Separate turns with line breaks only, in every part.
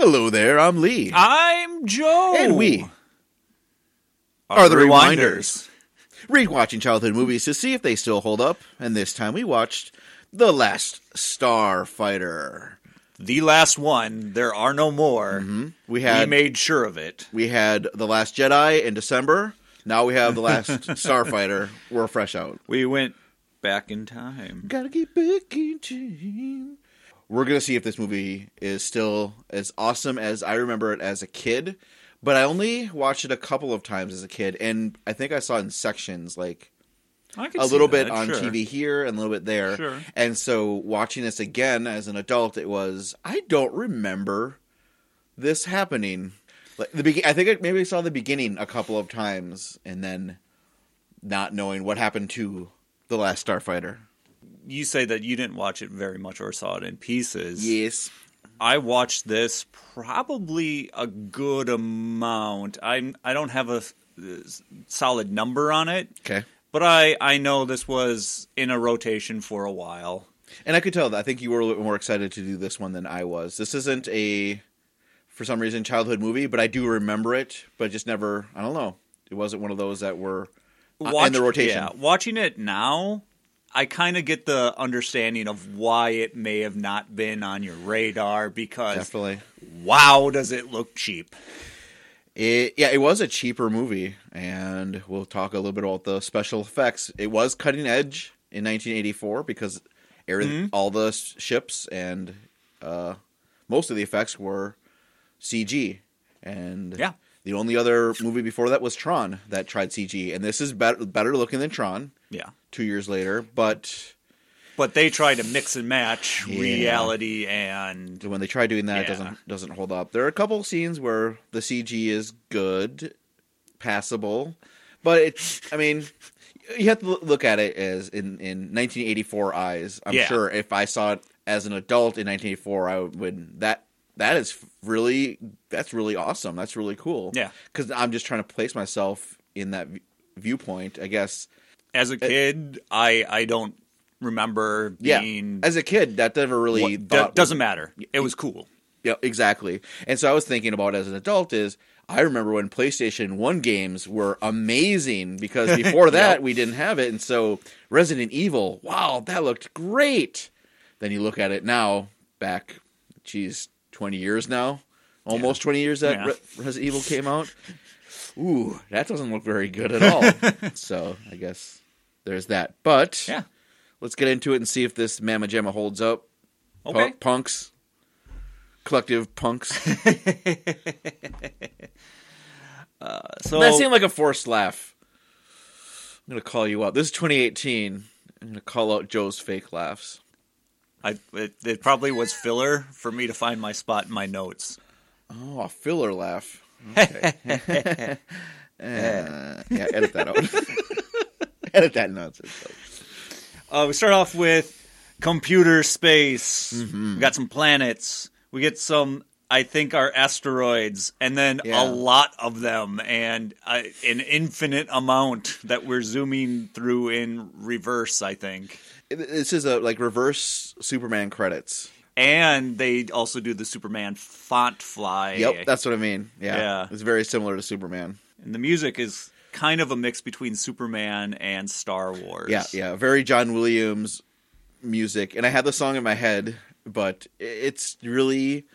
Hello there, I'm Lee.
I'm Joe.
and we are the Rewinders. Rewatching childhood movies to see if they still hold up, and this time we watched The Last Starfighter.
The last one. There are no more.
We
We
Mm-hmm. had
made sure of it.
we had The Last Jedi in December. Now we have The Last Starfighter. We're fresh out.
We went back in time.
Gotta get back in time. We're gonna see if this movie is still as awesome as I remember it as a kid. But I only watched it a couple of times as a kid, and I think I saw it in sections, like
I could
a
see
little bit
that,
on
sure.
TV here and a little bit there.
Sure.
And so watching this again as an adult, it was I don't remember this happening. Like the be- I think I maybe saw the beginning a couple of times and then not knowing what happened to the last Starfighter.
You say that you didn't watch it very much or saw it in pieces.
Yes.
I watched this probably a good amount. I I don't have a uh, solid number on it,
Okay.
but I I know this was in a rotation for a while.
And I could tell that I think you were a little bit more excited to do this one than I was. This isn't a for some reason childhood movie, but I do remember it, but I just never I don't know. It wasn't one of those that were uh, in the rotation.
Yeah, watching it now, I kind of get the understanding of why it may have not been on your radar because
Definitely.
wow, does it look cheap?
It, yeah, it was a cheaper movie, and we'll talk a little bit about the special effects. It was cutting edge in 1984 because every- all the s- ships and uh, most of the effects were CG. And
Yeah.
the only other movie before that was Tron that tried CG, and this is better better looking than Tron.
Yeah,
Two years later, but
but they try to mix and match
Yeah.
reality and
when they try doing that, it
Yeah.
doesn't doesn't hold up. There are a couple scenes where the CG is good, passable, but it's. I mean, you have to loo- look at it as in in 1984 eyes. I'm
Yeah.
sure if I saw it as an adult in 1984, I would that that is really that's really awesome. That's really cool.
Yeah.
because I'm just trying to place myself in that v- viewpoint. I guess.
as a kid, I I don't remember
Yeah,
being
as a kid, that never really
what-
thought-
doesn't matter. It was cool.
Yeah, exactly. And so I was thinking about as an adult is I remember when PlayStation 1 games were amazing because before that we didn't have it. And so Resident Evil, wow, that looked great. Then you look at it now, back, geez, 20 years now, almost 20 years that
Yeah.
Re- Resident Evil came out. Ooh, that doesn't look very good at all. so I guess there's that. But
Yeah.
let's get into it and see if this Mamma Jamma holds up. Pu-
Okay.
punks. Collective punks.
So
that seemed like a forced laugh. I'm gonna call you out. This is 2018. I'm gonna call out Joe's fake laughs.
I, it, it probably was filler for me to find my spot in my notes.
Oh, a filler laugh. Okay. Uh, yeah, edit that out. edit that nonsense. out.
Uh, we start off with computer space.
Mm-hmm.
We got some planets. We get some, I think, are asteroids, and then
Yeah.
a lot of them, and uh, an infinite amount that we're zooming through in reverse, I think.
It- This is a like reverse Superman credits.
And they also do the Superman font fly.
Yep, that's what I mean. Yeah,
Yeah.
it's very similar to Superman.
and the music is kind of a mix between Superman and Star Wars.
Yeah, yeah, very John Williams music. And I had the song in my head, but i- it's really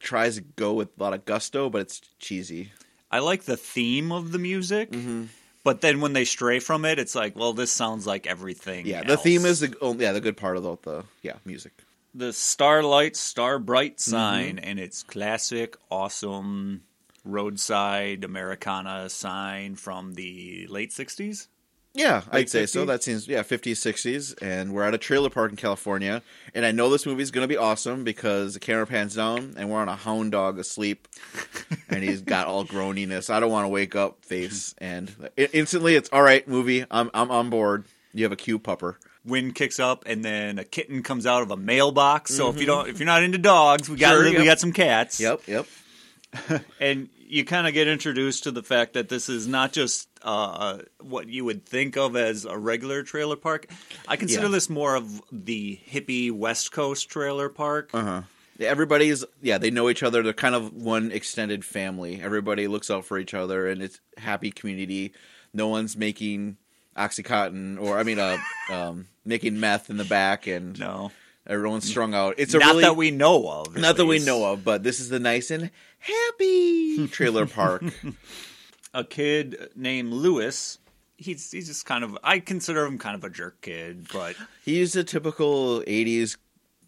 tries to go with a lot of gusto, but it's cheesy.
I like the theme of the music,
Mm-hmm.
but then when they stray from it, it's like, well, this sounds like everything.
Yeah, the theme is
else.
the oh, yeah the good part about the yeah music.
the starlight, star bright
Mm-hmm.
sign, and it's classic, awesome roadside Americana sign from the late '60s.
Yeah, I'd
Late
say so.
50s?
That seems yeah, fifties, sixties, and we're at a trailer park in California, and I know this movie's gonna be awesome because the camera pans down and we're on a hound dog asleep, and he's got all groaniness. I don't want to wake up face, and i- instantly it's all right, movie. I'm I'm on board. You have a cue pupper.
Wind kicks up, and then a kitten comes out of a mailbox. So if you don't, if you're not into dogs, we got
Mm-hmm. Sure, yep.
we got some cats.
Yep, yep.
and you kind of get introduced to the fact that this is not just uh, what you would think of as a regular trailer park. I consider
Yeah.
this more of the hippie West Coast trailer park.
Uh huh. everybody's yeah they know each other they're kind of one extended family everybody looks out for each other and it's happy community no one's making oxycontin or i mean uh, um, making meth in the back and
No,
everyone's strung out it's a
not
really
that we know of. at
not that we
least.
know of but this is the nice and happy trailer park
a kid named Lewis. He's he's just kind of I consider him kind of a jerk kid, but
he's a typical 80s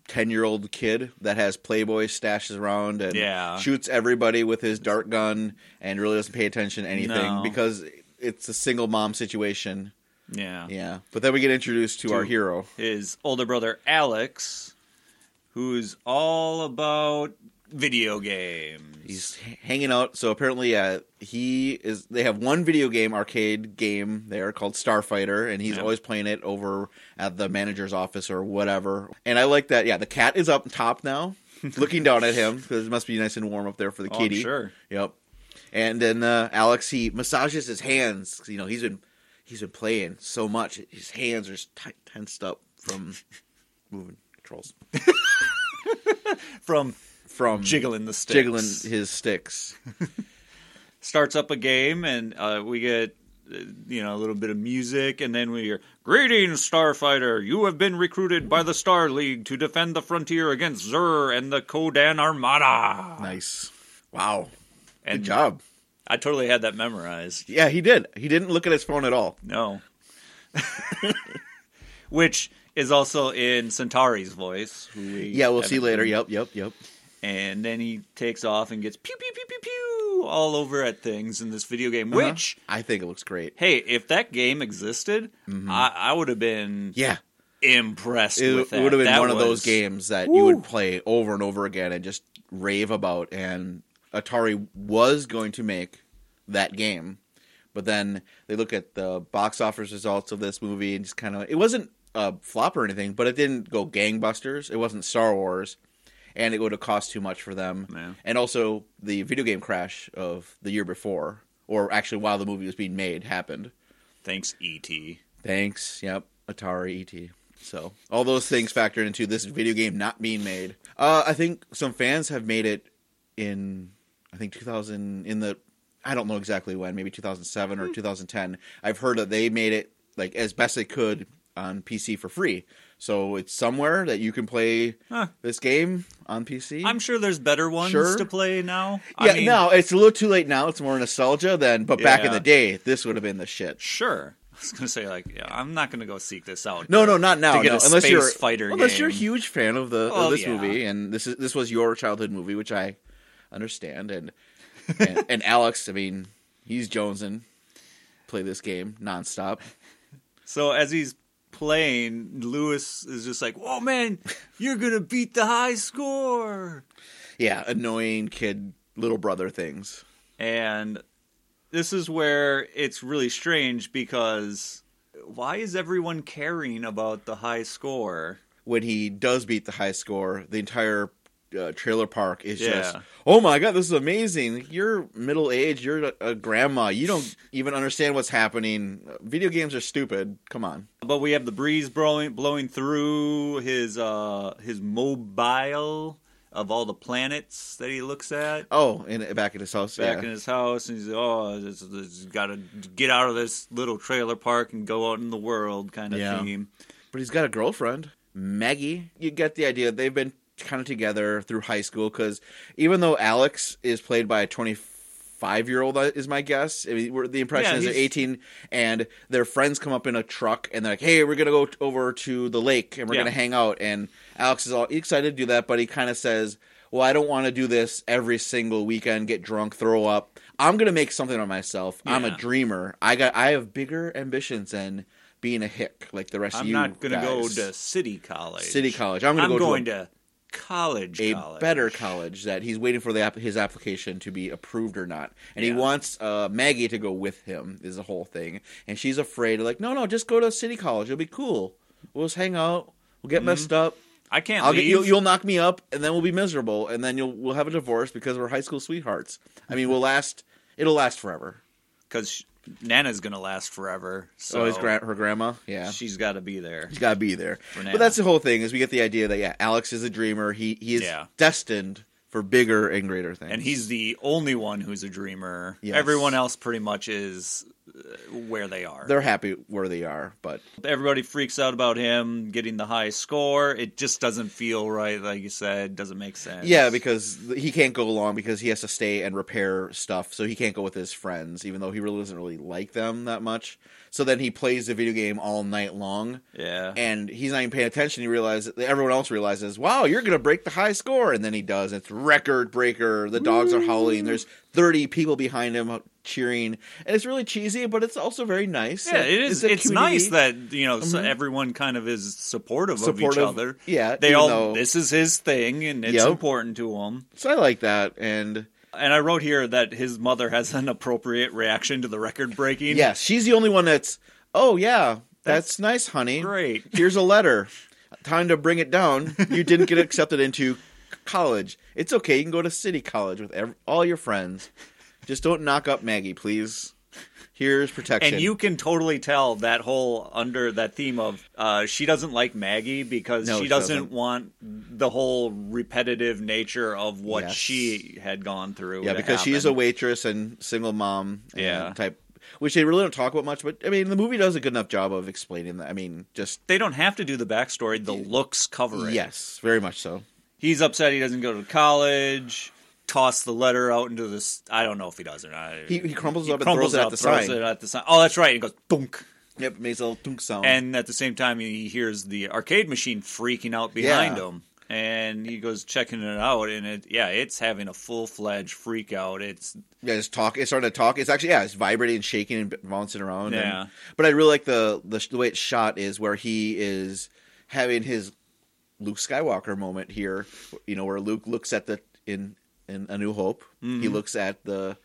10 year old kid that has Playboy stashes around and
Yeah.
shoots everybody with his dart gun and really doesn't pay attention to anything
No.
because it's a single mom situation.
yeah.
Yeah. But then we get introduced to, our hero.
His older brother Alex, who's all about video games.
He's h- hanging out. So apparently, uh, he is. They have one video game arcade game there called Starfighter, and he's
Yeah.
always playing it over at the manager's office or whatever. And I like that. Yeah, the cat is up top now, looking down at him because it must be nice and warm up there for the
Oh, I'm
kitty.
sure.
Yep. And then uh, Alex he massages his hands. 'cause, You know he's been he's been playing so much. His hands are just t- tensed up from moving controls
From
from
jiggling the sticks.
jiggling his sticks.
starts up a game and uh, we get uh, you know a little bit of music and then we hear greetings starfighter you have been recruited by the star league to defend the frontier against zur and the kodan armada
Nice. Wow.
and
Good job.
i totally had that memorized
Yeah, he did. He didn't look at his phone at all.
no which is also in centauri's voice who we
Yeah, we'll
haven't
see later.
seen.
Yep, yep, yep.
and then he takes off and gets pew pew pew pew pew all over at things in this video game which
Uh-huh. I think it looks great.
hey, if that game existed, I, I would have been
Yeah,
impressed
Mm-hmm. it,
with that.
would have been
That
one of those
was-
games that you
Woo.
would play over and over again and just rave about. And Atari was going to make that game, but then they look at the box office results of this movie and just kind of it wasn't a flop or anything, but it didn't go gangbusters. It wasn't Star Wars. And it would have cost too much for them.
Yeah.
And also, the video game crash of the year before, or actually while the movie was being made, happened.
Thanks, E E.T.
Thanks. Yep. Atari ET. So all those things factor into this video game not being made. Uh, I think some fans have made it in, I think 2000 in the, I don't know exactly when, maybe 2007
Hmm.
or 2010. I've heard that they made it like as best they could on PC for free. So it's somewhere that you can play
Huh.
this game on PC.
I'm sure there's better ones
Sure.
to play now.
yeah,
I mean,
no, it's a little too late now. It's more nostalgia than, but back in
Yeah.
the day, this would have been the shit.
Sure. I was gonna say like, yeah, I'm not gonna go seek this out.
No, no, not now.
To get
no.
a
unless
space
you're
fighter
unless you're a
game.
huge fan of the
Oh,
of this
yeah.
movie, and this is this was your childhood movie, which I understand. And and, and Alex, I mean, he's jonesing. Play this game nonstop.
So as he's playing, Lewis is just like, "Whoa, man, you're gonna beat the high score."
Yeah, annoying kid, little brother things.
And this is where it's really strange because why is everyone caring about the high score?
When he does beat the high score, the entire uh, trailer park is just,
Yeah.
oh my god, this is amazing. You're middle aged. You're a, a grandma. You don't even understand what's happening. Video games are stupid. Come on.
But we have the breeze blowing blowing through his uh his mobile of all the planets that he looks at
Oh, and back at his house.
back
yeah.
in his house, and he's like, oh, this, this got to get out of this little trailer park and go out in the world kind of
Yeah.
theme.
But he's got a girlfriend, Maggie. You get the idea. They've been kind of together through high school because even though Alex is played by a 25 year old, is my guess. I mean, we're, the impression
Yeah,
is they're
he's-
18 and their friends come up in a truck and they're like, hey, we're going to go t- over to the lake and we're
Yeah.
going to hang out. And Alex is all excited to do that, but he kind of says, well, I don't want to do this every single weekend, get drunk, throw up. I'm going to make something of myself. I'm a
Yeah.
dreamer. I got I have bigger ambitions than being a hick like the rest
I'm
you
not gonna go
guys.
to city college.
city college. I'm, gonna
I'm
go
going
to
to, college.
a,
college.
better college that he's waiting for the app- his application to be approved or not, and
Yeah.
he wants uh, Maggie to go with him. Is the whole thing, and she's afraid. Like, no, no, just go to city college. It'll be cool. We'll just hang out. We'll get messed up.
I Mm-hmm. can't
I'll
leave.
get you'll, you'll knock me up, and then we'll be miserable, and then you'll
Mm-hmm.
we'll have a divorce because we're high school sweethearts. I mean, we'll last. It'll last forever.
because Nana's gonna last forever. So
So his gra- her grandma, yeah,
she's got to be there.
she's got to be there.
Nana.
But that's the whole thing is we get the idea that yeah, Alex is a dreamer. He he is
Yeah.
destined for bigger and greater things.
And he's the only one who's a dreamer.
Yes.
Everyone else pretty much is uh, where they are.
they're happy where they are, but
Everybody freaks out about him getting the high score. It just doesn't feel right, like you said. Doesn't make sense.
yeah, because he can't go along because he has to stay and repair stuff, so he can't go with his friends, even though he really doesn't really like them that much. So then he plays the video game all night long.
yeah,
and he's not even paying attention. He realizes everyone else realizes, wow, you're gonna break the high score, and then he does. It's record breaker. The dogs are
Mm-hmm.
howling. There's 30 people behind him cheering, and it's really cheesy, but it's also very nice.
yeah. It is.
a
It's,
community Mm-hmm.
nice that you know so everyone kind of is supportive, of each
supportive-
other.
Yeah,
They
even
all.
though-
This is his thing, and it's
Yep.
important to him.
so I like that, and
And I wrote here that his mother has an appropriate reaction to the record breaking.
yeah, she's the only one that's. Oh yeah, that's,
That's
nice, honey.
great.
Here's a letter. Time to bring it down. You didn't get accepted into college. It's okay. You can go to city college with ev- all your friends. Just don't knock up Maggie, please. Here's protection.
And you can totally tell that whole under that theme of uh, she doesn't like Maggie because
No,
she
she
doesn't,
doesn't.
want the whole repetitive nature of what
Yes.
she had gone through.
yeah,
to
because she is a
happen.
waitress and single mom. and
Yeah.
type, which they really don't talk about much. But I mean, the movie does a good enough job of explaining that. I mean, just
They don't have to do the backstory. The looks cover it.
yes, very much so.
he's upset he doesn't go to college. Toss the letter out into this. I don't know if he does or not.
He- he crumples it up and
crumbles
throws it at
up,
the
throws
sign.
it at the sign. Oh, that's right. It goes dunk.
Yep, it makes a little tunk sound.
and at the same time he hears the arcade machine freaking out behind
Yeah.
him and he goes checking it out and it yeah it's having a full-fledged freak out it's
Yeah, it's talk. It's starting to talk. It's actually yeah, it's vibrating and shaking and b- bouncing around. and-
Yeah.
but I really like the the, sh- the way it's shot is where he is having his Luke Skywalker moment here. You know, where Luke looks at the in in A New Hope, he looks at the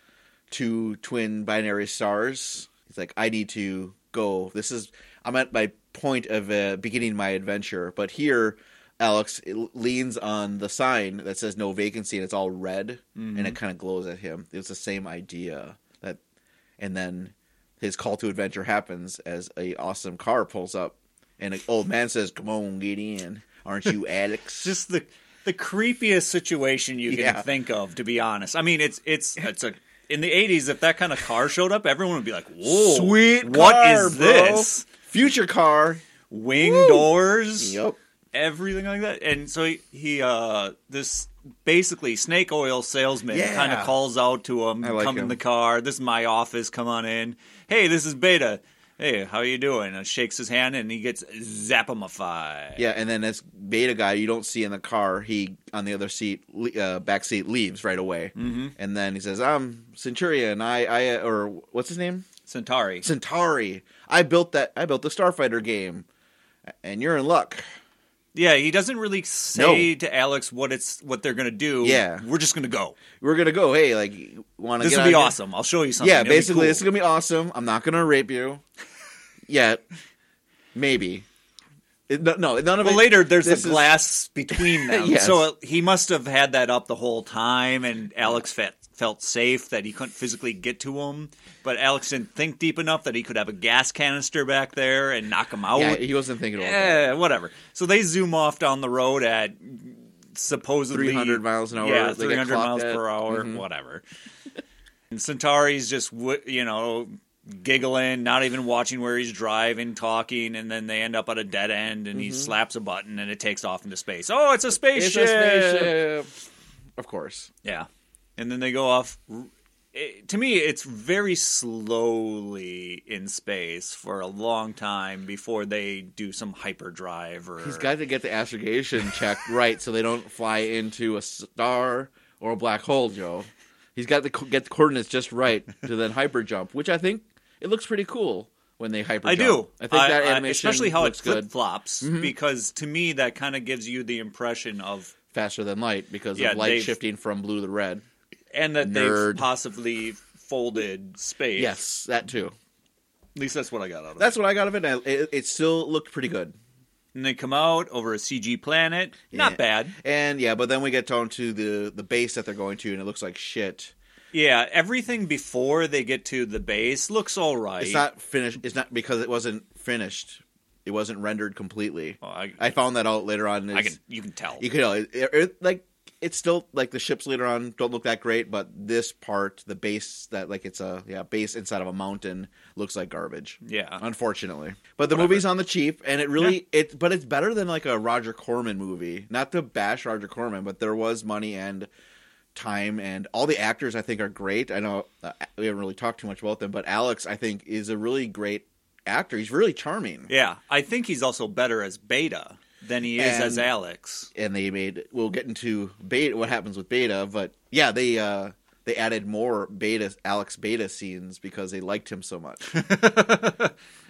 two twin binary stars. He's like, I need to go. This is I'm at my point of uh, beginning my adventure. But here, Alex leans on the sign that says no vacancy, and it's all red, and it kind of glows at him. It's the same idea that, and then his call to adventure happens as a awesome car pulls up, and an old man says, "Come on, get in." Aren't you Alex?
just the the creepiest situation you can
Yeah.
think of to be honest i mean it's it's it's a in the 80s if that kind of car showed up everyone would be like whoa what
car,
is
bro.
this
Future car.
wing doors
Yep.
everything like that. And so he, he uh this basically snake oil salesman
Yeah.
kind of calls out to him,
I like
come in
him.
the car. This is my office. Come on in. Hey, this is Beta. Hey, how you doing? And shakes his hand and he gets zapamified.
Yeah, and then this beta guy you don't see in the car, he on the other seat, le- uh, back seat, leaves right away, mm-hmm. and then he says, "I'm Centurion. I, I, or what's his name?
Centauri.
Centauri. I built that. I built the Starfighter game, and you're in luck.
Yeah, he doesn't really say to Alex what it's what they're gonna do.
Yeah.
we're just gonna go.
We're gonna go. Hey, like, want to?
This will be awesome. I'll show you something.
Yeah,
It'll be
basically,
cool."
this is gonna be awesome. I'm not gonna rape you yet. Maybe. It, no, no, none of
Well,
it-
later there's a
this is-
glass between them,
Yes.
so it- he must have had that up the whole time, and Alex fe- felt safe that he couldn't physically get to him. But Alex didn't think deep enough that he could have a gas canister back there and knock him out.
Yeah, he wasn't thinking about that.
Eh, whatever. So they zoom off down the road at supposedly
300 miles an hour.
Yeah,
They get
300
clocked
miles
at- Mm-hmm.
per hour, whatever. and Centauri's just w- you know giggling, not even watching where he's driving, talking, and then they end up at a dead end, and he slaps a button, and it takes off into space. Oh, it's a
Mm-hmm. It's
spaceship!
a spaceship. Of course.
Yeah, and then they go off. r- It, to me, it's very slowly in space for a long time before they do some hyperdrive or
He's got to get the astrogation checked right so they don't fly into a star or a black hole, Joe. He's got to co- get the coordinates just right to then hyper jump, which I think it looks pretty cool when they hyper.
I do.
jump. I think that animation,
especially how it
looks
flip
good Mm-hmm.
flops, because to me that kind of gives you the impression of
faster than light because
Yeah,
of light
they've-
shifting from blue to red.
and that they've
Nerd.
possibly folded space.
Yes, that too.
at least that's what I got out of
That's
it.
what I got of it. and It, it still looked pretty good.
And they come out over a CG planet.
Yeah.
Not bad.
And yeah, but then we get down to the the base that they're going to, and it looks like shit.
Yeah, everything before they get to the base looks all right.
It's not finished. It's not because it wasn't finished. It wasn't rendered completely.
Well, I,
I found that out later on.
I
It's-
can, you can tell.
you could tell it, it- it- like it's still like the ships later on don't look that great, but this part, the base that like it's a yeah base inside of a mountain looks like garbage.
yeah.
Unfortunately, but the
Whatever.
movie's on the cheap, and it really it. But it's better than like a Roger Corman movie. Not to bash Roger Corman, but there was money and time, and all the actors I think are great. I know uh, we haven't really talked too much about them, but Alex I think is a really great actor. He's really charming.
Yeah, I think he's also better as Beta than he is
And-
as Alex.
and they made we'll get into beta what happens with beta but yeah they uh they added more beta alex beta scenes because they liked him so much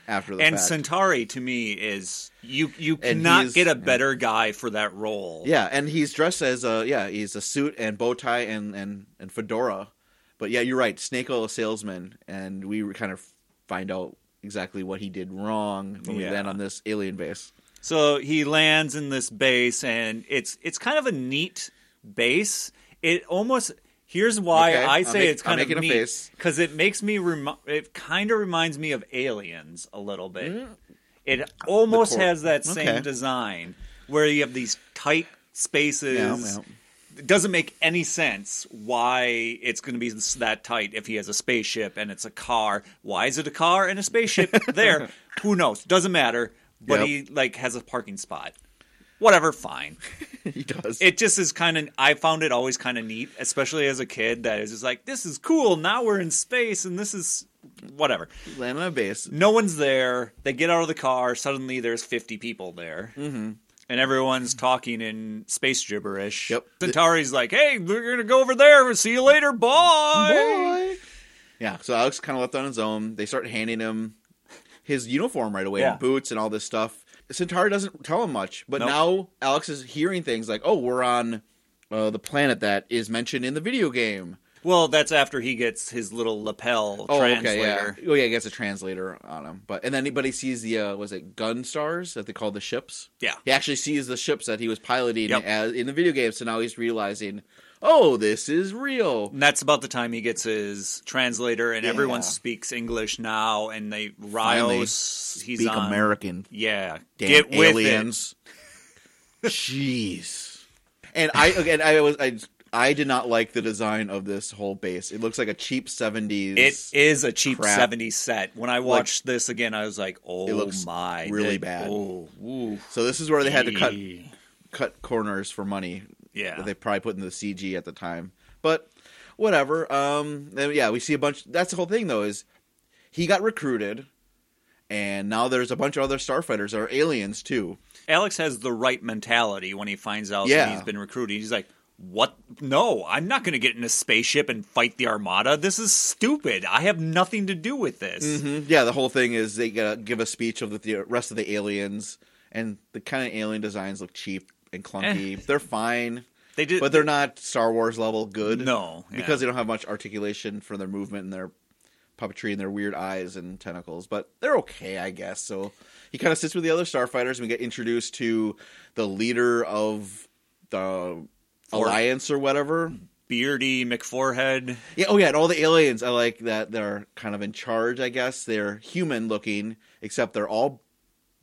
after the
And
fact
Centauri to me is you you
And
cannot
he's-
get a better guy for that role.
yeah and he's dressed as a yeah he's a suit and bow tie and and and fedora but yeah you're right snake oil salesman and we kind of find out exactly what he did wrong when we
Yeah.
land on this alien base
So he lands in this base, and it's it's kind of a neat base. It almost here's why
Okay,
I
I'm
say
make-
it's kind
I'm
of
making a
neat
face.
because it makes me remi- it kind of reminds me of Aliens a little bit. It almost
cor-
has that same
Mm. okay.
design where you have these tight spaces.
Yeah, yeah.
It doesn't make any sense why it's going to be this- that tight if he has a spaceship and it's a car. Why is it a car and a spaceship there? Who knows? Doesn't matter. But
Yep.
he like has a parking spot. Whatever, fine.
he does
It just is kind of. I found it always kind of neat, especially as a kid. That is just like this is cool. Now we're in space, and this is whatever.
land on a base
No one's there. They get out of the car. Suddenly, there's 50 people there. Mm-hmm. And everyone's talking in space gibberish.
Yep.
Centauri's like, hey, we're going to go over there. See you later.
Boy.
Bye.
Yeah, so Alex kind of left on his own. They start handing him his uniform right away,
Yeah.
and boots and all this stuff. Centauri doesn't tell him much, but
Nope.
now Alex is hearing things like, "Oh, we're on uh, the planet that is mentioned in the video game."
Well, that's after he gets his little lapel
Oh, okay,
translator.
yeah. Oh, yeah, he gets a translator on him, but and then anybody sees the uh, was it gun stars that they call the ships?
Yeah.
he actually sees the ships that he was piloting
Yep.
as, in the video game. So now he's realizing, "Oh, this is real."
And that's about the time he gets his translator, and everyone
Yeah.
speaks English now. And they,
Finally,
Rios, he's
Speak
on.
American,
Yeah.
damn
get with it.
aliens. Jeez. And I again, I was I I did not like the design of this whole base. It looks like a cheap
It
seventies.
is a cheap
crap.
70 set. When I watched this again, I was like, "Oh
looks
my,
really
they-
bad.
Oh, ooh,
So this is where they had to cut
Gee.
cut corners for money.
Yeah.
that they probably put in the CG at the time, but whatever. Um, then, yeah, we see a bunch. That's the whole thing though is he got recruited, and now there's a bunch of other starfighters that are aliens too.
Alex has the right mentality when he finds out that
Yeah.
he's been recruited. He's like, "What? No, I'm not going to get in a spaceship and fight the Armada. This is stupid. I have nothing to do with this."
Mhm. Yeah, the whole thing is they gotta give a speech of the, the rest of the aliens, and the kind of alien designs look cheap and
Eh.
clunky. They're fine,
They did,
but they're not Star Wars level good.
No, yeah.
because they don't have much articulation for their movement and their puppetry and their weird eyes and tentacles. But they're okay, I guess. So he kind of sits with the other starfighters, and we get introduced to the leader of the
Four-
alliance or whatever.
beardy McForehead.
Yeah, oh yeah, and all the aliens I like that they're kind of in charge, I guess. They're human looking, except they're all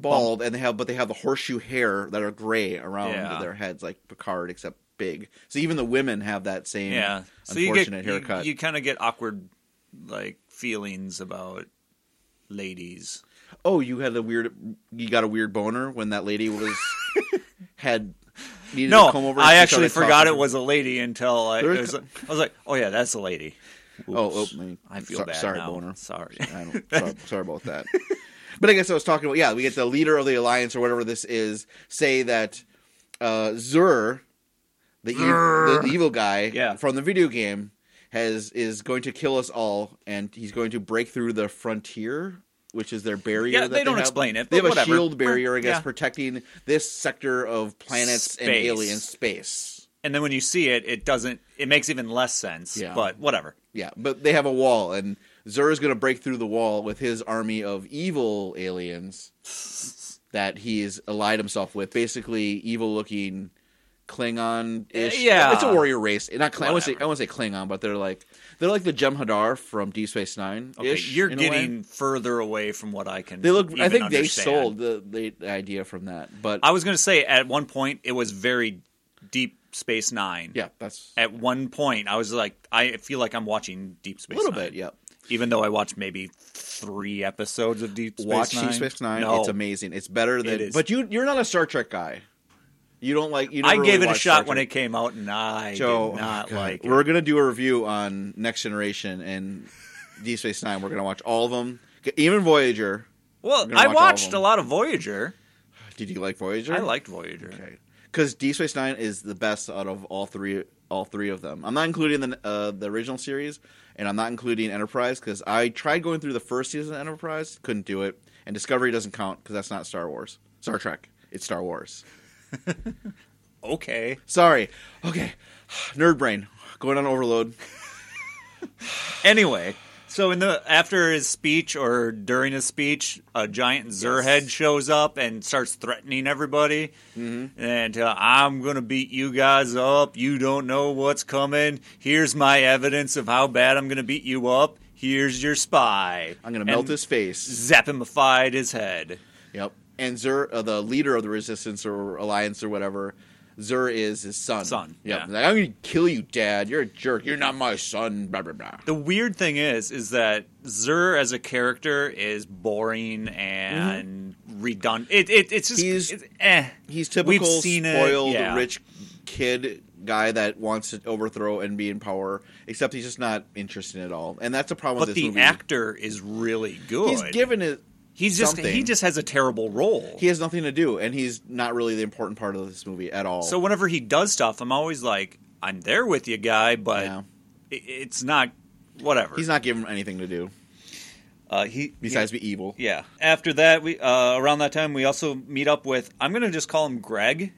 bald and they have but they have the horseshoe hair that are gray around
Yeah.
their heads like Picard except big. So even the women have that same
Yeah, so you get
unfortunate
you,
haircut.
you kind of get awkward like feelings about ladies.
oh, you had a weird you got a weird boner when that lady was had needed
No,
to come over and
I
she
actually
started
forgot
talking
it was a lady until I, it
There is-
was, I was like, "Oh yeah, that's a lady."
to- Oh, oh
Oops.
my-
I feel
so-
bad.
sorry,
now.
boner.
Sorry.
I don't, sorry, sorry about that. But I guess I was talking about yeah. We get the leader of the alliance or whatever this is say that uh, Zur, the, ev- the evil guy
Yeah.
from the video game, has is going to kill us all, and he's going to break through the frontier, which is their barrier.
Yeah,
that
they don't
have.
explain it,
They
but
have
whatever.
a shield barrier, I guess,
Yeah.
protecting this sector of planets and
Space.
alien space.
and then when you see it, it doesn't. It makes even less sense.
Yeah.
But whatever.
Yeah, but they have a wall, and Zur is going to break through the wall with his army of evil aliens that he's allied himself with. Basically, evil looking Klingon ish.
Uh, Yeah.
it's a warrior race. Not Kling- I won't say
Whatever.
I won't say Klingon, but they're like they're like the Jem'Hadar from Deep Space Nine.
Okay, you're getting further away from what I can.
They look. I
even
think they
understand.
sold the, the idea from that, but
I was going to say at one point it was very Deep Space Nine.
yeah, that's
At one point, I was like, I feel like I'm watching Deep
a
Space
little
Nine.
bit. Yeah,
Even though I watched maybe three episodes of Deep Space
watch
Nine.
Deep Space Nine.
No.
It's amazing. It's better than.
It is.
But you you're not a Star Trek guy. You don't like. You
I
never
gave
really
it a
watched
shot
Star
when
Trek.
it came out, and I
Joe,
did not
God.
like it.
We're gonna do a review on Next Generation and Deep Space Nine. We're gonna watch all of them, even Voyager.
well,
gonna
I
watch all of
watched a
them.
lot of Voyager.
Did you like Voyager?
I liked Voyager.
Okay, because Deep Space Nine is the best out of all three. All three of them. I'm not including the uh, the original series, and I'm not including Enterprise because I tried going through the first season of Enterprise, couldn't do it, and Discovery doesn't count because that's not Star Wars, Star Trek. It's Star Wars.
Okay.
Sorry. Okay, nerd brain going on overload.
Anyway, so in the after his speech or during his speech, a giant Zerhead shows up and starts threatening everybody.
Mm-hmm.
And uh, I'm gonna beat you guys up. You don't know what's coming. Here's my evidence of how bad I'm gonna beat you up. Here's your spy.
I'm gonna melt
And
his face.
Zap himified his head.
Yep. And Zur, uh, the leader of the resistance or alliance or whatever, Zur is his son.
Son,
Yep.
yeah.
Like, I'm going to kill you, Dad. You're a jerk. You're not my son. Blah blah blah.
The weird thing is, is that Zur as a character is boring and redundant. It, it, it's just
Mm-hmm. He's-
it's, eh.
He's typical
We've seen it,
spoiled
yeah.
rich kid guy that wants to overthrow and be in power. Except he's just not interesting at all, and that's a problem
but
with
the
this movie.
actor is really good.
he's given it.
He's just he
something.
just has a terrible role.
He has nothing to do, and he's not really the important part of this movie at all.
so whenever he does stuff, I'm always like, I'm there with you, guy, but
Yeah.
i- it's not whatever.
he's not given anything to do
uh, he
besides be evil.
yeah. After that, we uh, around that time we also meet up with. I'm gonna just call him Greg.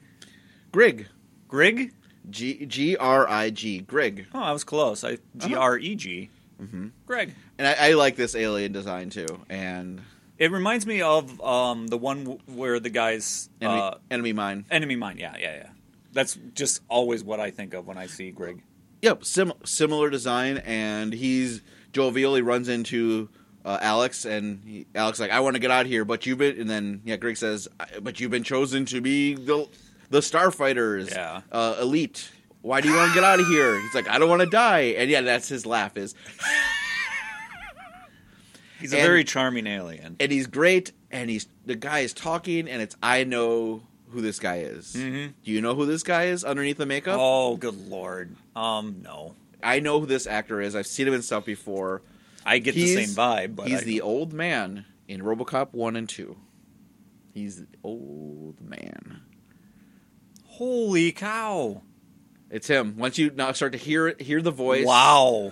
Grig,
Grig.
G G R I G, Grig.
Oh, I was close. I G R E G.
Mm-hmm.
Greg.
And I, I like this alien design too, and
It reminds me of um, the one w- where the guys
enemy,
uh,
enemy mine.
enemy mine. Yeah, yeah, yeah. That's just always what I think of when I see Greg.
Yep, sim- similar design, and he's jovial. He runs into uh, Alex, and he, Alex like, "I want to get out of here," but you've been. And then yeah, Greg says, "I- "But you've been chosen to be the the starfighters,
Yeah.
uh, elite." Why do you want to get out of here? He's like, I don't want to die, and yeah, that's his laugh is,
He's a
And-
very charming alien.
and he's great, and he's the guy is talking, and it's I know who this guy is.
Mhm.
Do you know who this guy is underneath the makeup?
Oh, good lord. Um, no.
I know who this actor is. I've seen him in stuff before.
I get the
He's-
same vibe, but
he's
I-
the old man in RoboCop one and two. He's the old man.
holy cow!
It's him. Once you now start to hear it, hear the voice.
Wow,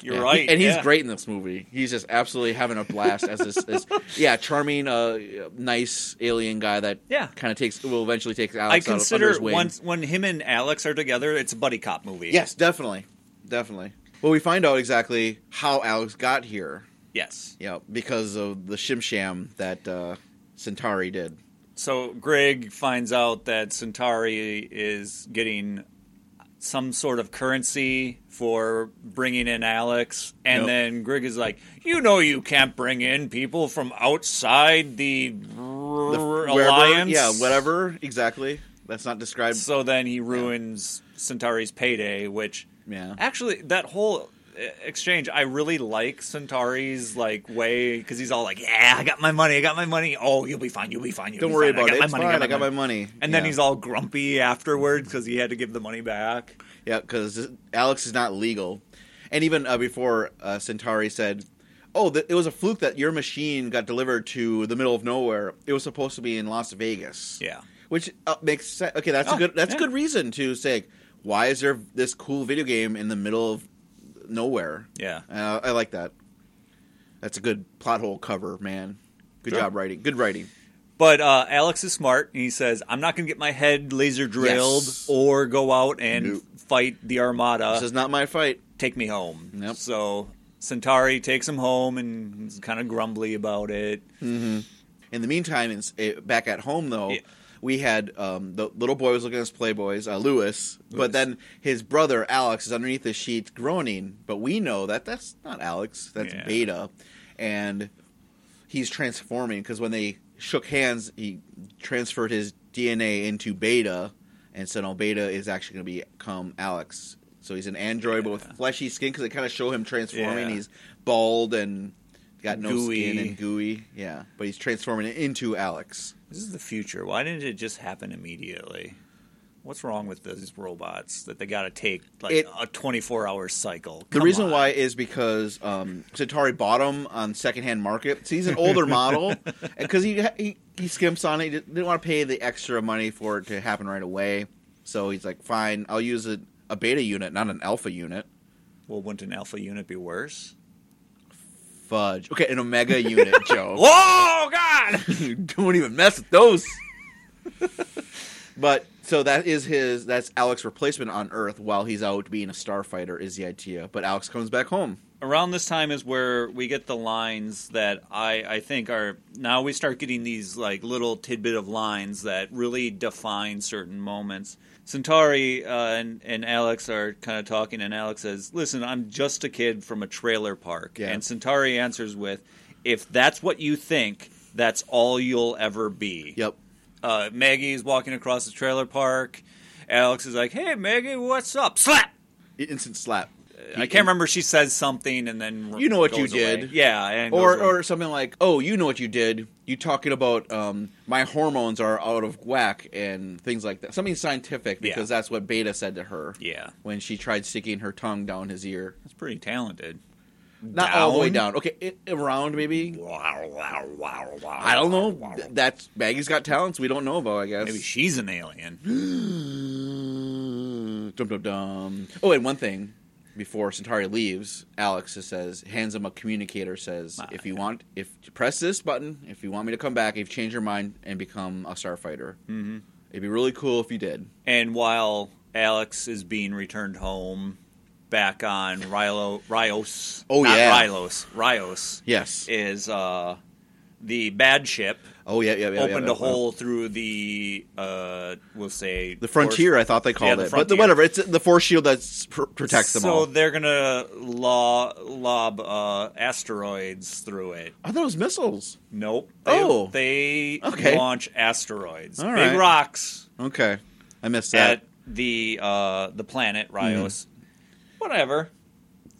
you're
Yeah.
right,
He- and he's
yeah.
great in this movie. He's just absolutely having a blast as this, as, yeah, charming, uh, nice alien guy that
Yeah.
kind of takes will eventually take Alex
I
out of under
consider
his wing.
once when him and Alex are together, it's a buddy cop movie.
Yes, definitely, definitely. Well, we find out exactly how Alex got here.
yes.
Yeah, because of the shim sham that uh, Centauri did.
So Greg finds out that Centauri is getting some sort of currency for bringing in Alex, and
Yep.
then Greg is like, "You know, you can't bring in people from outside the,
The-
r-
wherever-
alliance,
yeah, whatever. Exactly. That's not described.
So then he ruins Centauri's payday, which
Yeah.
actually that whole uh, exchange I really like Centauri's like way because he's all like, "Yeah, I got my money, I got my money. Oh, you'll be fine, you'll be fine. You'll
Don't
be
worry
fine.
about it.
I got
It's
my
fine.
money,
I got my money.
And
yeah.
then he's all grumpy afterwards because he had to give the money back.
yeah, because Alex is not legal, and even uh, before uh, Centauri said, "Oh, th- it was a fluke that your machine got delivered to the middle of nowhere. It was supposed to be in Las Vegas."
Yeah.
which uh, makes sense. Okay, that's
Oh,
a good that's
yeah.
a good reason to say, like, why is there this cool video game in the middle of nowhere?
Yeah.
Uh, I like that. That's a good plot hole cover, man. Good
Sure.
job writing. Good writing.
But uh, Alex is smart, and he says, "I'm not going to get my head laser drilled
Yes.
or go out and
Nope.
fight the Armada.
This is not my fight.
Take me home."
Yep.
So Centauri takes him home, and he's kind of grumbly about it.
In the meantime, in, eh, back at home though,
Yeah.
we had um, the little boy was looking at his Playboys, uh, Lewis, but then his brother Alex is underneath the sheet groaning. But we know that that's not Alex, that's
Yeah.
Beta, and he's transforming because when they shook hands, he transferred his DNA into Beta, and so now Beta is actually going to become Alex. So he's an android, but with fleshy skin because they kind of show him transforming.
Yeah.
He's bald and got no skin
Gooey.
and gooey. Yeah, but he's transforming it into Alex.
This is the future. Why didn't it just happen immediately? What's wrong with these robots that they got to take like
It-
a 24 hour cycle?
The
Come
reason
on.
why is because um, Satari bought him on secondhand market. So he's an older model because he, he he skimps on it. He didn't want to pay the extra money for it to happen right away. So he's like, fine, I'll use a, a beta unit, not an alpha unit.
Well, wouldn't an alpha unit be worse?
Fudge. Okay, an omega unit, Joe.
Oh God!
Don't even mess with those. but so that is his. That's Alex's replacement on Earth while he's out being a starfighter. Is the idea? But Alex comes back home.
Around this time is where we get the lines that I I think are now we start getting these like little tidbit of lines that really define certain moments. Centauri uh, and and Alex are kind of talking, and Alex says, "Listen, I'm just a kid from a trailer park,"
Yeah.
and Centauri answers with, "If that's what you think." That's all you'll ever be
Yep.
uh, Maggie's walking across the trailer park. Alex is like, "Hey, Maggie, what's up?" Slap.
Instant slap.
I can't remember. She says something, and then
You know what
goes
you
away.
did.
Yeah, and
or
goes away.
or something like, "Oh, you know what you did? You talking about um, my hormones are out of whack and things like that. Something scientific because that's what Beta said to her
yeah,
when she tried sticking her tongue down his ear,
that's pretty talented.
not all the way
Down?
down. Okay, it, around maybe.
Wow, wow, wow, wow.
I don't know. Th- That's Maggie's got talents we don't know about. I guess.
Maybe she's an alien.
Dum dum dum. Oh, and one thing before Centauri leaves, Alex just says, hands him a communicator, says,
Ah,
if you want, if press this button, if you want me to come back, if you've changed your mind and become a starfighter. Mm-hmm. It'd be really cool if you did.
And while Alex is being returned home, back on Rilo, Rios.
Oh,
not
yeah.
Rilos. Rios
Yes.
is uh, the bad ship.
oh yeah, yeah, yeah. yeah,
opened
yeah,
a hole through the uh we'll say
The frontier, I thought they called
the
it, but the,
frontier.
whatever. It's the force shield that pr- protects
so
them all.
they're gonna law, lob uh asteroids through it
I thought it was missiles.
nope they,
Oh.
they
Okay.
launch asteroids
All
big
right.
rocks
Okay, I missed that.
at the uh the planet
Hmm.
Rios whatever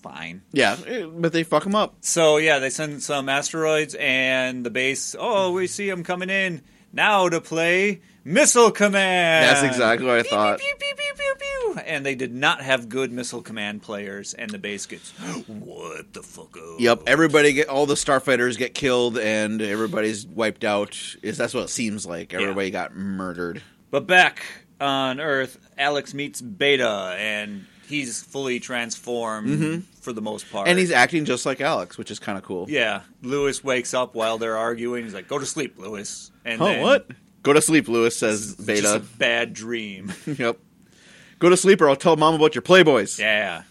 fine
yeah, eh, but they fuck them up.
so yeah they send some asteroids and the base oh
Mm-hmm.
we see them coming in now to play missile command
That's exactly what I thought.
Pew, pew, pew, pew, pew. And they did not have good missile command players, and the base gets what the fuck? oh."
Yep, everybody get all the starfighters get killed and everybody's wiped out. Is that's what it seems like. Everybody got murdered.
But back on Earth, Alex meets Beta, and he's fully transformed for the most part.
Mm-hmm. And he's acting just like Alex, which is kind of cool.
yeah. Lewis wakes up while they're arguing. He's like, "Go to sleep, Lewis." And
Oh,
then
what? Go to sleep, Lewis says
it's Just a
Beta.
bad dream.
yep. Go to sleep or I'll tell mom about your playboys.
yeah.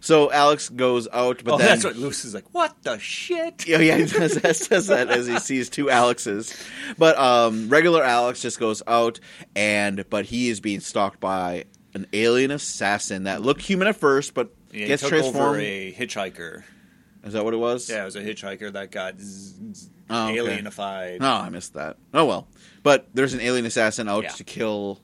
So Alex goes out, but
Oh,
then
that's what Lewis is like. What the shit?
Yeah, yeah, he does, that- says that as he sees two Alexes. But um, regular Alex just goes out, and but he is being stalked by an alien assassin that looked human at first, but
Yeah, he
gets
took
transformed.
over a hitchhiker.
Is that what it was?
Yeah, it was a hitchhiker that got z- z-
Oh, okay.
alienified.
Oh, I missed that. Oh well. But there's an alien assassin out
Yeah.
to kill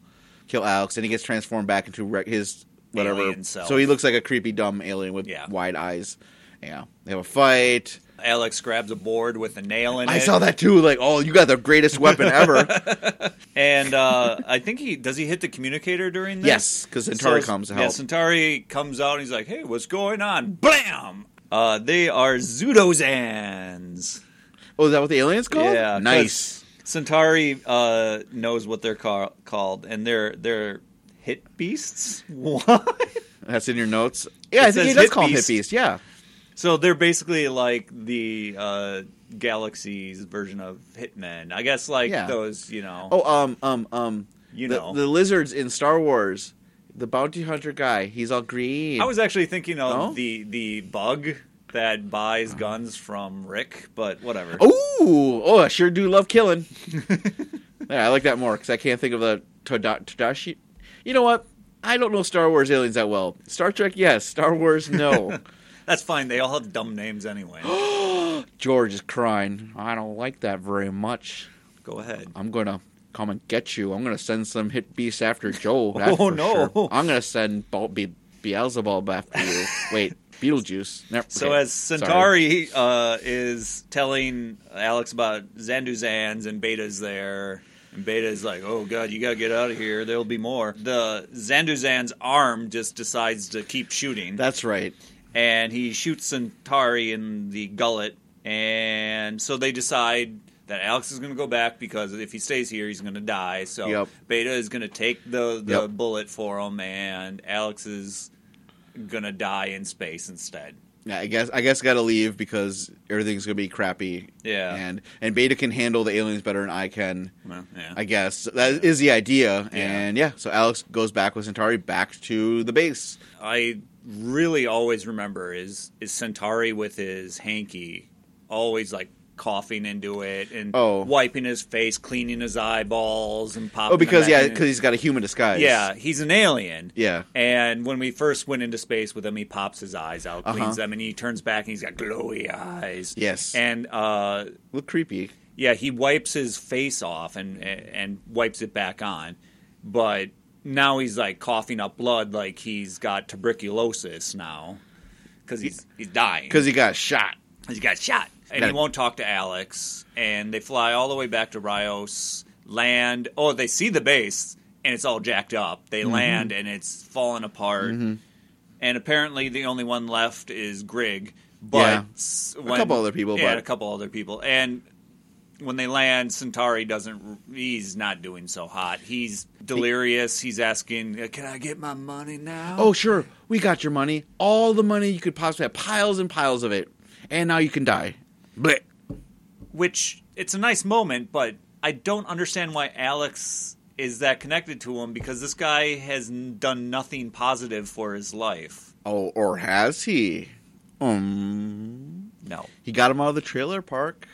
kill Alex, and he gets transformed back into re- his whatever.
Alien self.
So he looks like a creepy dumb alien with
Yeah.
wide eyes. Yeah, they have a fight.
Alex grabs a board with a nail in it.
I saw that too. Like, oh, you got the greatest weapon ever.
And uh, I think he does he hit the communicator during this?
yes, because Centauri
So-
comes to
Yeah,
help.
Centauri comes out and he's like, hey, what's going on? Blam! Uh, they are Zoodozans.
oh, is that what the aliens called?
Yeah. 'cause
nice.
Centauri uh, knows what they're ca- called, and they're they're hit beasts. What?
That's in your notes. Yeah, I
It
think he
says
does
hit
call
beast.
him hippies. Yeah.
So they're basically like the uh, galaxy's version of hitmen. I guess like
Yeah.
those, you know.
Oh, um, um, um.
You
the,
know.
the lizards in Star Wars. The bounty hunter guy. He's all green.
I was actually thinking of
No?
the the bug that buys guns from Rick, but whatever.
oh, Ooh, oh, I sure do love killing. Yeah, I like that more because I can't think of the Toda- Tadashi. You know what? I don't know Star Wars aliens that well. Star Trek, yes. Star Wars, no.
That's fine. They all have dumb names anyway.
George is crying. I don't like that very much.
Go ahead.
I'm gonna come and get you. I'm gonna send some hit beasts after Joel. that's
Oh,
for
no.
sure. I'm gonna send Bal- Be- Beelzebub after you. Wait, Beetlejuice. Never-
So
okay,
as
sorry.
Centauri uh, is telling Alex about Zanduzans and Beta's there, and Beta's like, "Oh God, you gotta get out of here. There'll be more." The Zanduzan's arm just decides to keep shooting,
that's right.
and he shoots Centauri in the gullet, and so they decide. That Alex is going to go back because if he stays here, he's going to die. So
Yep.
Beta is going to take the, the
Yep.
bullet for him, and Alex is going to die in space instead.
Yeah, I guess I guess gotta leave because everything's gonna be crappy.
Yeah.
and and Beta can handle the aliens better than I can.
Well, yeah.
I guess So that is the idea,
Yeah.
and yeah. So Alex goes back with Centauri back to the base.
I really always remember is is Centauri with his hanky, always like coughing into it and
Oh.
wiping his face, cleaning his eyeballs, and popping.
Oh, because
them
yeah,
back in.
because he's got a human disguise.
yeah, he's an alien.
yeah.
And when we first went into space with him, he pops his eyes out, cleans
Uh-huh.
them, and he turns back and he's got glowy eyes.
Yes.
And uh,
Look creepy.
yeah, he wipes his face off and and wipes it back on, but now he's like coughing up blood, like he's got tuberculosis now, because he's he's dying
Because he got shot.
he got shot, and he
Got it.
won't talk to Alex. And they fly all the way back to Rios, land. Oh, they see the base, and it's all jacked up. They
Mm-hmm.
land, and it's fallen apart. And apparently, the only one left is Grig. But
Yeah.
s-
A couple other people,
yeah,
but-
a couple other people. And when they land, Centauri doesn't. He's not doing so hot. He's delirious. He's asking, "Can I get my money now?"
Oh, sure. We got your money. All the money you could possibly have. Piles and piles of it. And now you can die. Blech.
which it's a nice moment, but I don't understand why Alex is that connected to him because this guy has n- done nothing positive for his life.
Oh, or has he? Um.
No,
He got him out of the trailer park.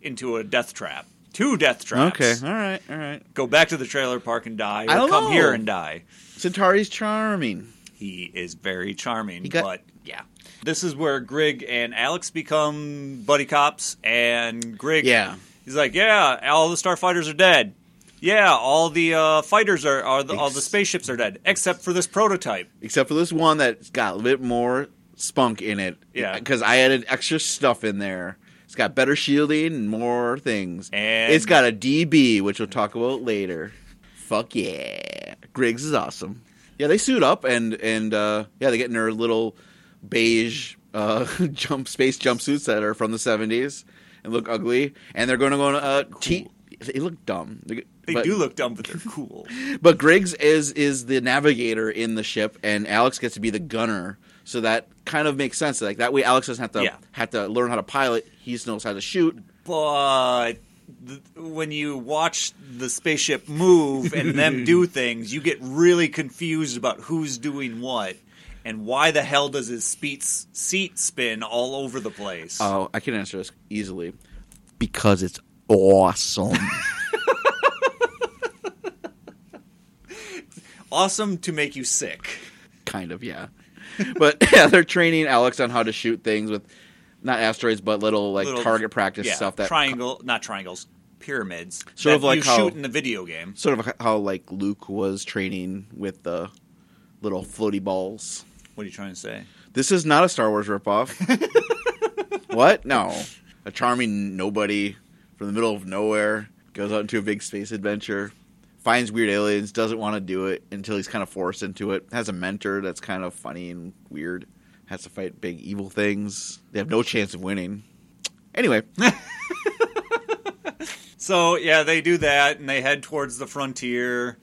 into a death trap. Two death traps.
Okay. All right. All right.
Go back to the trailer park and die, or
I don't
come
know.
here and die.
Centauri's charming.
He is very charming,
He got-
but yeah. This is where Grig and Alex become buddy cops, and Grig
Yeah.
He's like, yeah, all the starfighters are dead. Yeah, all the uh, fighters are, are the, all the
Ex-
spaceships are dead, except for this prototype.
Except for this one that's got a little bit more spunk in it.
Yeah.
Because I added extra stuff in there. It's got better shielding and more things.
And-
it's got a DB, which we'll talk about later. Fuck yeah. Griggs is awesome. Yeah, they suit up and and uh, yeah, they get in their little beige uh, jump space jumpsuits that are from the seventies and look ugly. And they're going to go on a te- They look dumb. They,
They do look dumb, but they're cool.
but Griggs is is the navigator in the ship, and Alex gets to be the gunner. So that kind of makes sense. Like that way, Alex doesn't have to
Yeah.
have to learn how to pilot. He just knows how to shoot.
but th- when you watch the spaceship move and them do things, you get really confused about who's doing what and why the hell does his speed seat spin all over the place.
Oh, I can answer this easily because it's awesome.
awesome to make you sick.
kind of, yeah. But yeah, they're training Alex on how to shoot things with not asteroids, but little like
Little-
target practice
yeah,
stuff that
triangle, not triangles, pyramids.
Sort of
that
like
you
how-
shoot in the video game.
sort of how like Luke was training with the little floaty balls.
What are you trying to say?
This is not a Star Wars ripoff. what? No. A charming nobody from the middle of nowhere goes out into a big space adventure, finds weird aliens, doesn't want to do it until he's kind of forced into it, has a mentor that's kind of funny and weird, has to fight big evil things. They have no chance of winning. Anyway,
So yeah, they do that, and they head towards the frontier,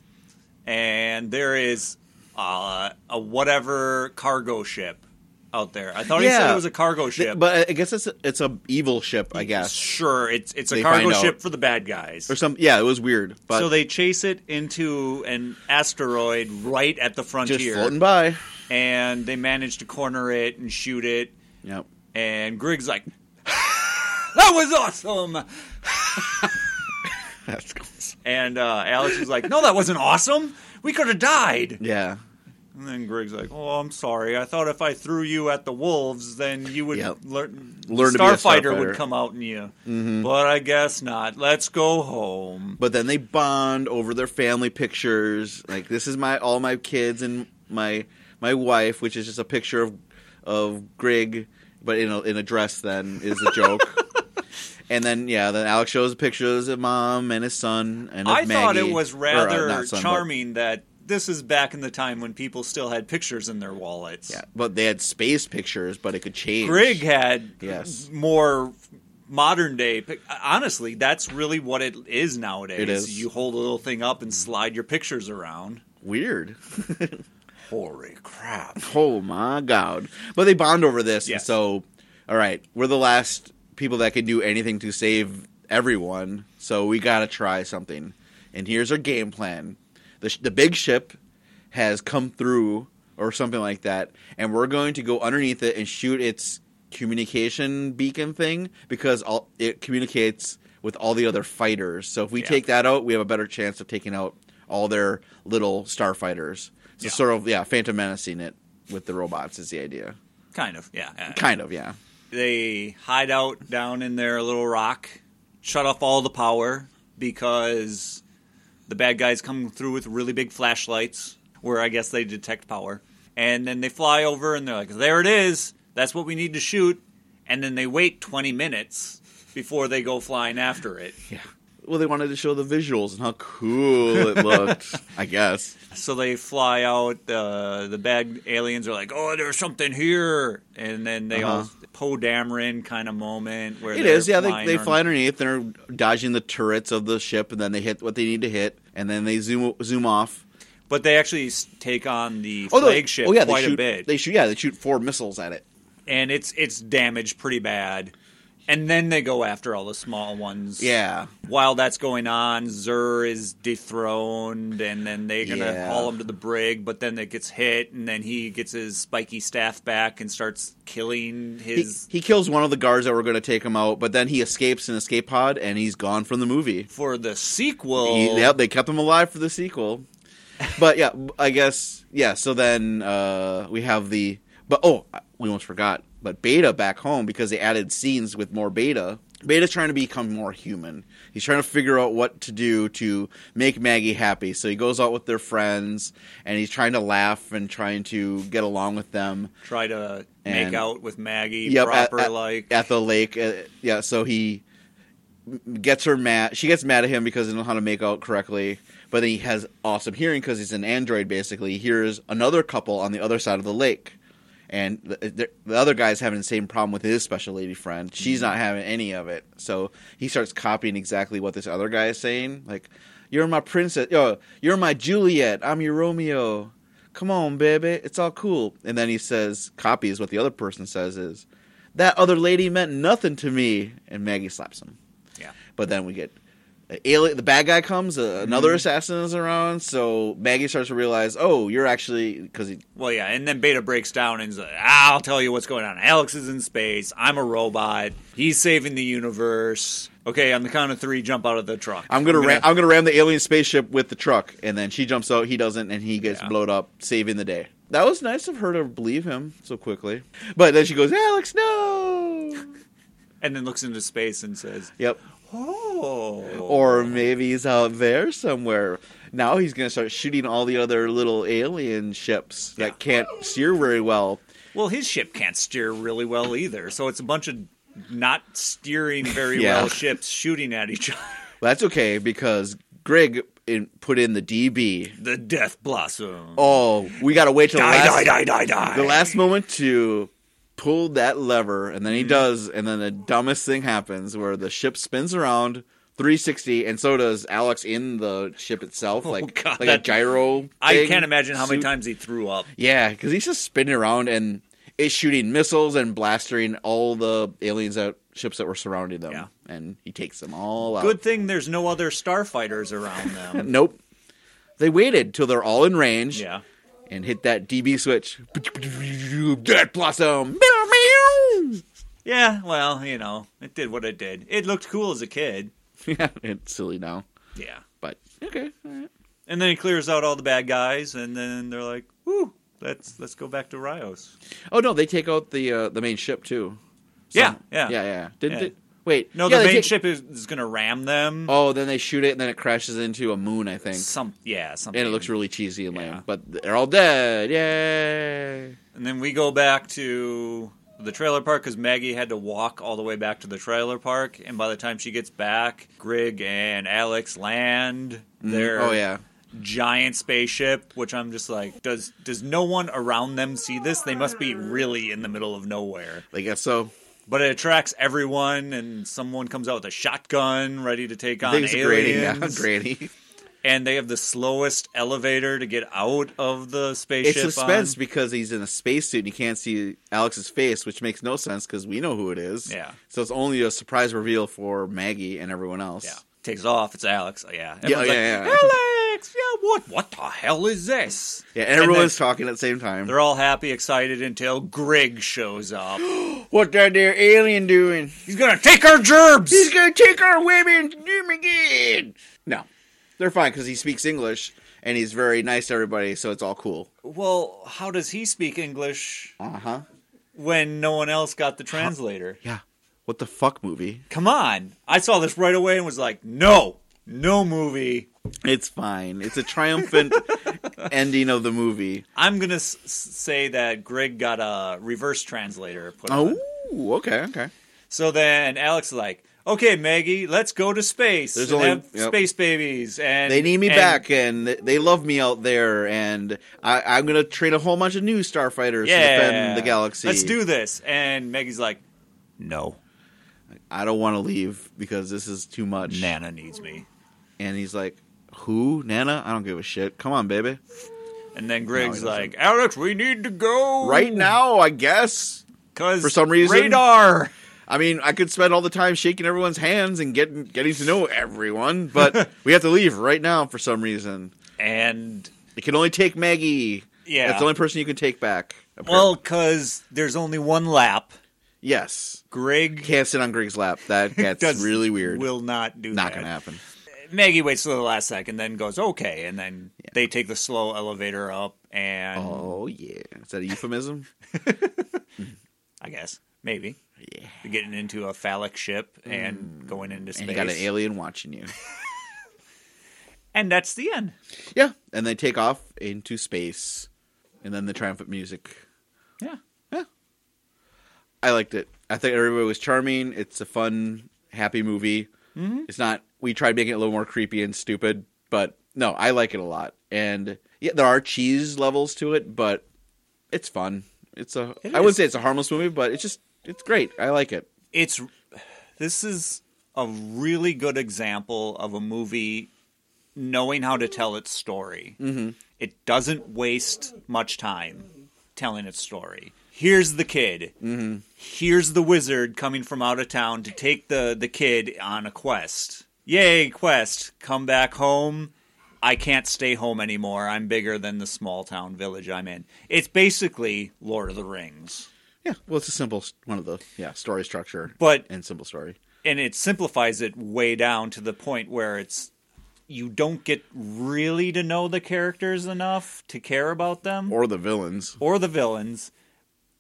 and there is uh, a whatever cargo ship out there. I thought he said
Yeah.
it was a cargo ship,
but I guess it's a, it's a evil ship, I guess.
sure, it's it's a
They
cargo
find out.
ship for the bad guys.
Or some yeah, it was weird, but
so they chase it into an asteroid right at the
just
frontier,
floating by.
and they manage to corner it and shoot it.
Yep.
And Grig's like, "That was awesome!"
That's cool.
And uh, Alex is like, "No, that wasn't awesome. We could have died."
Yeah.
And then Greg's like, "Oh, I'm sorry. I thought if I threw you at the wolves, then you would
Yep.
learn.
Learn to be a
starfighter,
starfighter. Mm-hmm.
would come out in you, but I guess not. Let's go home."
But then they bond over their family pictures. Like this is my all my kids and my my wife, which is just a picture of of Grig, but in a in a dress. Then is the joke. and then yeah, then Alex shows pictures of mom and his son and of
I thought
Maggie.
it was
Or, uh,
rather
not son, but-
charming that this is back in the time when people still had pictures in their wallets.
yeah, but they had space pictures, but it could change.
Grig had
Yes.
more modern day. pic- Honestly, that's really what it is nowadays.
It is.
You hold a little thing up and slide your pictures around.
Weird.
Holy crap!
Oh my god! But they bond over this, and
Yes.
so all right, we're the last people that can do anything to save everyone. So we gotta try something. And here's our game plan: the sh- the big ship has come through, or something like that, and we're going to go underneath it and shoot its communication beacon thing because all, it communicates with all the other fighters. So if we
Yeah.
take that out, we have a better chance of taking out all their little starfighters. So
Yeah.
sort of yeah, Phantom Menacing it with the robots is the idea.
Kind of, yeah. Uh,
Kind of, yeah.
They hide out down in their little rock, shut off all the power because the bad guys come through with really big flashlights, where I guess they detect power, and then they fly over and they're like, "There it is. That's what we need to shoot," and then they wait twenty minutes before they go flying after it.
Yeah. Well, they wanted to show the visuals and how cool it looked. I guess.
So they fly out. Uh, the bad aliens are like, "Oh, there's something here," and then they all Poe Dameron kind of moment where
Uh-huh. It
they're
is, yeah. They,
flying
they
on-
fly underneath and are dodging the turrets of the ship, and then they hit what they need to hit, and then they zoom zoom off.
but they actually s- take on the
Oh, they-
flagship
oh, yeah,
quite
they shoot,
a bit,
They shoot, yeah, they shoot four missiles at it.
and it's it's damaged pretty bad. And then they go after all the small ones.
Yeah,
While that's going on, Zur is dethroned, and then they're gonna
Yeah.
haul him to the brig. But then it gets hit, and then he gets his spiky staff back and starts killing
he,
his
he kills one of the guards that were going to take him out, but then he escapes in an escape pod, and he's gone from the movie.
for the sequel.
He, yep, they kept him alive for the sequel. But yeah, I guess yeah. So then uh, we have the but oh, we almost forgot. But Beta back home because they added scenes with more Beta. Beta's trying to become more human. He's trying to figure out what to do to make Maggie happy. So he goes out with their friends and he's trying to laugh and trying to get along with them.
try to
And-
make out with Maggie
Yep, at-
proper
at,
like
at the lake. Uh, yeah, so he gets her mad. She gets mad at him because he doesn't know how to make out correctly. But then he has awesome hearing because he's an android. Basically, he hears another couple on the other side of the lake, and the, uh, the, the other guy's having the same problem with his special lady friend. She's not having any of it, so he starts copying exactly what this other guy is saying. Like, "You're my princess. Yo, you're my Juliet. I'm your Romeo. Come on, baby. It's all cool." And then he says, copies what the other person says is, "That other lady meant nothing to me." And Maggie slaps him.
yeah. Mm-hmm.
But then we get a alien. The bad guy comes. Uh, another assassin is around. So Maggie starts to realize, oh, you're actually because he.
Well, yeah, and then Beta breaks down and's like, "I'll tell you what's going on. Alex is in space. I'm a robot. He's saving the universe." Okay, on the count of three, jump out of the truck.
I'm gonna, ram, I'm gonna ram the alien spaceship with the truck, and then she jumps out. He doesn't, and he gets
Yeah.
blown up, saving the day. That was nice of her to believe him so quickly. But then she goes, Alex, no.
and then looks into space and says,
yep.
"Oh."
Or maybe he's out there somewhere. Now he's gonna start shooting all the other little alien ships
Yeah.
that can't steer very well.
well, his ship can't steer really well either, so it's a bunch of not steering very
Yeah.
well ships shooting at each other.
Well, that's okay because Grig in, put in the DB.
The Death Blossom.
Oh, we gotta wait till the
die,
last,
die, die, die, die.
the last moment to pull that lever, and then
Mm-hmm.
he does, and then the dumbest thing happens where the ship spins around 360, and so does Alex in the ship itself, like
Oh, God,
like a
that-
gyro.
I
thing
can't imagine how many
suit.
times he threw up.
Yeah, because he's just spinning around and is shooting missiles and blastering all the aliens out ships that were surrounding them,
Yeah.
and he takes them all out.
Good thing there's no other starfighters around them.
Nope. They waited till they're all in range.
yeah.
and hit that DB switch. Death Blossom. Meow, meow.
Yeah, well, you know, it did what it did. It looked cool as a kid.
Yeah, it's silly now.
Yeah.
But okay, all right.
And then he clears out all the bad guys, and then they're like, "Woo, let's let's go back to Rios."
Oh no, they take out the uh, the main ship too.
yeah,
Some-
yeah,
yeah, yeah. Didn't
Yeah.
it? Wait,
No,
yeah,
the
they
main
take-
ship is, is gonna ram them.
Oh, then they shoot it, and then it crashes into a moon, I think,
Some, yeah, something.
and it looks really cheesy and lame.
Yeah.
But they're all dead. Yay!
And then we go back to the trailer park because Maggie had to walk all the way back to the trailer park, and by the time she gets back, Grig and Alex land their
Oh yeah.
giant spaceship. Which I'm just like, does does no one around them see this? They must be really in the middle of nowhere.
I guess so.
But it attracts everyone, and someone comes out with a shotgun ready to take
I
on
think it's
aliens.
granny. Yeah, granny.
And they have the slowest elevator to get out of the spaceship.
It's
on.
suspense because he's in a spacesuit and you can't see Alex's face, which makes no sense because we know who it is.
Yeah.
So it's only a surprise reveal for Maggie and everyone else.
Yeah. Takes off. It's Alex. Yeah.
Yeah,
Everyone's
yeah,
like,
yeah.
Alex. Yeah. What? What the hell is this?
Yeah,
And
and everyone's talking at the same time.
They're all happy, excited until Grig shows up.
What that there alien doing?
He's gonna take our gerbs.
He's gonna take our women to him again. No, they're fine because he speaks English and he's very nice to everybody, so it's all cool.
well, how does he speak English
Uh huh.
when no one else got the translator?
Yeah. What the fuck movie?
Come on. I saw this right away and was like, no, no movie.
It's fine. It's a triumphant ending of the movie.
I'm gonna s- s- say that Grig got a reverse translator put on.
Oh, okay, okay.
So then Alex is like, "Okay, Maggie, let's go to space.
There's
and
only-
have
yep.
space babies, and
They need me
and-
back, and th- they love me out there, and I, I'm gonna train a whole bunch of new starfighters
Yeah,
to defend the galaxy.
Let's do this." And Maggie's like, "No,
I don't want to leave because this is too much.
Nana needs me."
And he's like, "Who, Nana? I don't give a shit. Come on, baby.
And then Greg's
doesn't.
like, "Alex, we need to go
Right now, I guess.
because
for some reason-
radar."
I mean, I could spend all the time shaking everyone's hands and getting getting to know everyone, but we have to leave right now for some reason.
And
It can only take Maggie.
Yeah.
that's the only person you can take back. apparently.
well, because there's only one lap.
yes,
Greg
can't sit on Greg's lap. That that's
does-
really weird.
Will not do
Not
that.
gonna happen.
Maggie waits till the last second, then goes, "Okay," and then they take the slow elevator up, and
Oh yeah, is that a euphemism?
I guess maybe.
yeah, Mm.
getting into a phallic ship and going into space.
and
And,
you got an alien watching you.
that's the end.
yeah, and they take off into space, and then the triumphant music.
Yeah.
I liked it. I think everybody was charming. It's a fun, happy movie.
Mm-hmm.
It's not. We tried making it a little more creepy and stupid, but no, I like it a lot. And yeah, there are cheese levels to it, but it's fun. It's a.
It
I wouldn't
is.
say it's a harmless movie, but it's just it's great. I like it.
It's this is a really good example of a movie knowing how to tell its story. Mm-hmm. It doesn't waste much time telling its story. Here's the kid. Mm-hmm. Here's the wizard coming from out of town to take the, the kid on a quest. Yay, quest. Come back home. I can't stay home anymore. I'm bigger than the small town village I'm in. It's basically Lord of the Rings.
Yeah, well, it's a simple s- one of the yeah story structure,
But
and simple story.
and it simplifies it way down to the point where it's you don't get really to know the characters enough to care about them or,
or the villains.
the villains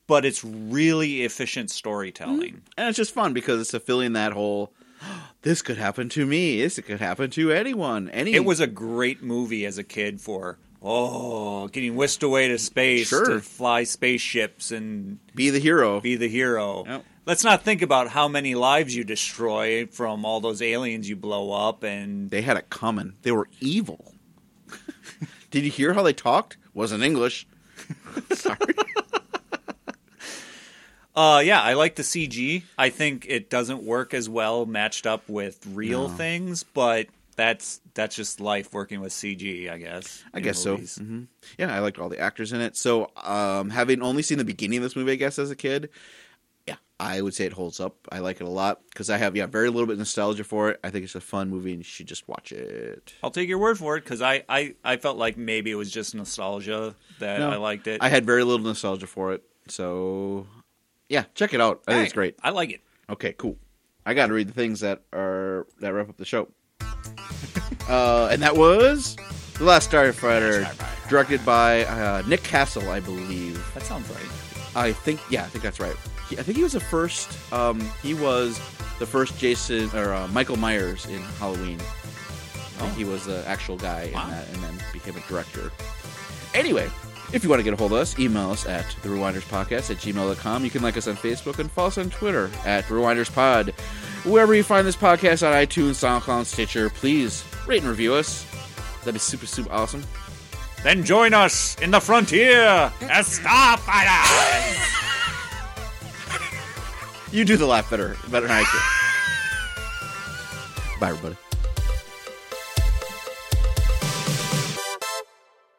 but it's really efficient storytelling
And it's just fun because it's fulfilling that whole this could happen to me, this could happen to anyone. Any
it was a great movie as a kid for oh getting whisked away to space
Sure.
to fly spaceships and
be the hero.
be the hero
Yep.
let's not think about how many lives you destroy from all those aliens you blow up and
they had it coming. They were evil. Did you hear how they talked? Wasn't English. Sorry.
Uh, yeah, I like the CG. I think it doesn't work as well matched up with real things, but that's that's just life working with CG, I guess.
I
in
guess
movies.
so. hmm Yeah, I liked all the actors in it. So, um, having only seen the beginning of this movie, I guess as a kid, yeah, I would say it holds up. I like it a lot because I have yeah very little bit of nostalgia for it. I think it's a fun movie and you should just watch it.
I'll take your word for it because I, I I felt like maybe it was just nostalgia that
No,
I liked it.
I had very little nostalgia for it, so yeah, check it out. I think it's
Hey,
great.
I like it.
Okay, cool. I got to read the things that are that wrap up the show. Uh, and that was The Last Starfighter, directed by uh, Nick Castle, I believe.
That sounds right.
I think, yeah, I think that's right. He, I think he was the first. Um, he was the first Jason or uh, Michael Myers in Halloween. I think
Oh.
he was the actual guy in
Wow.
that, and then became a director. Anyway, if you want to get a hold of us, email us at the Rewinders Podcast at gmail.com. You can like us on Facebook and follow us on Twitter at Rewinders Pod. Wherever you find this podcast on iTunes, SoundCloud, and Stitcher, please rate and review us. That'd be super, super awesome.
Then join us in the frontier as Starfighter!
You do the laugh better, better than I can. Bye, everybody.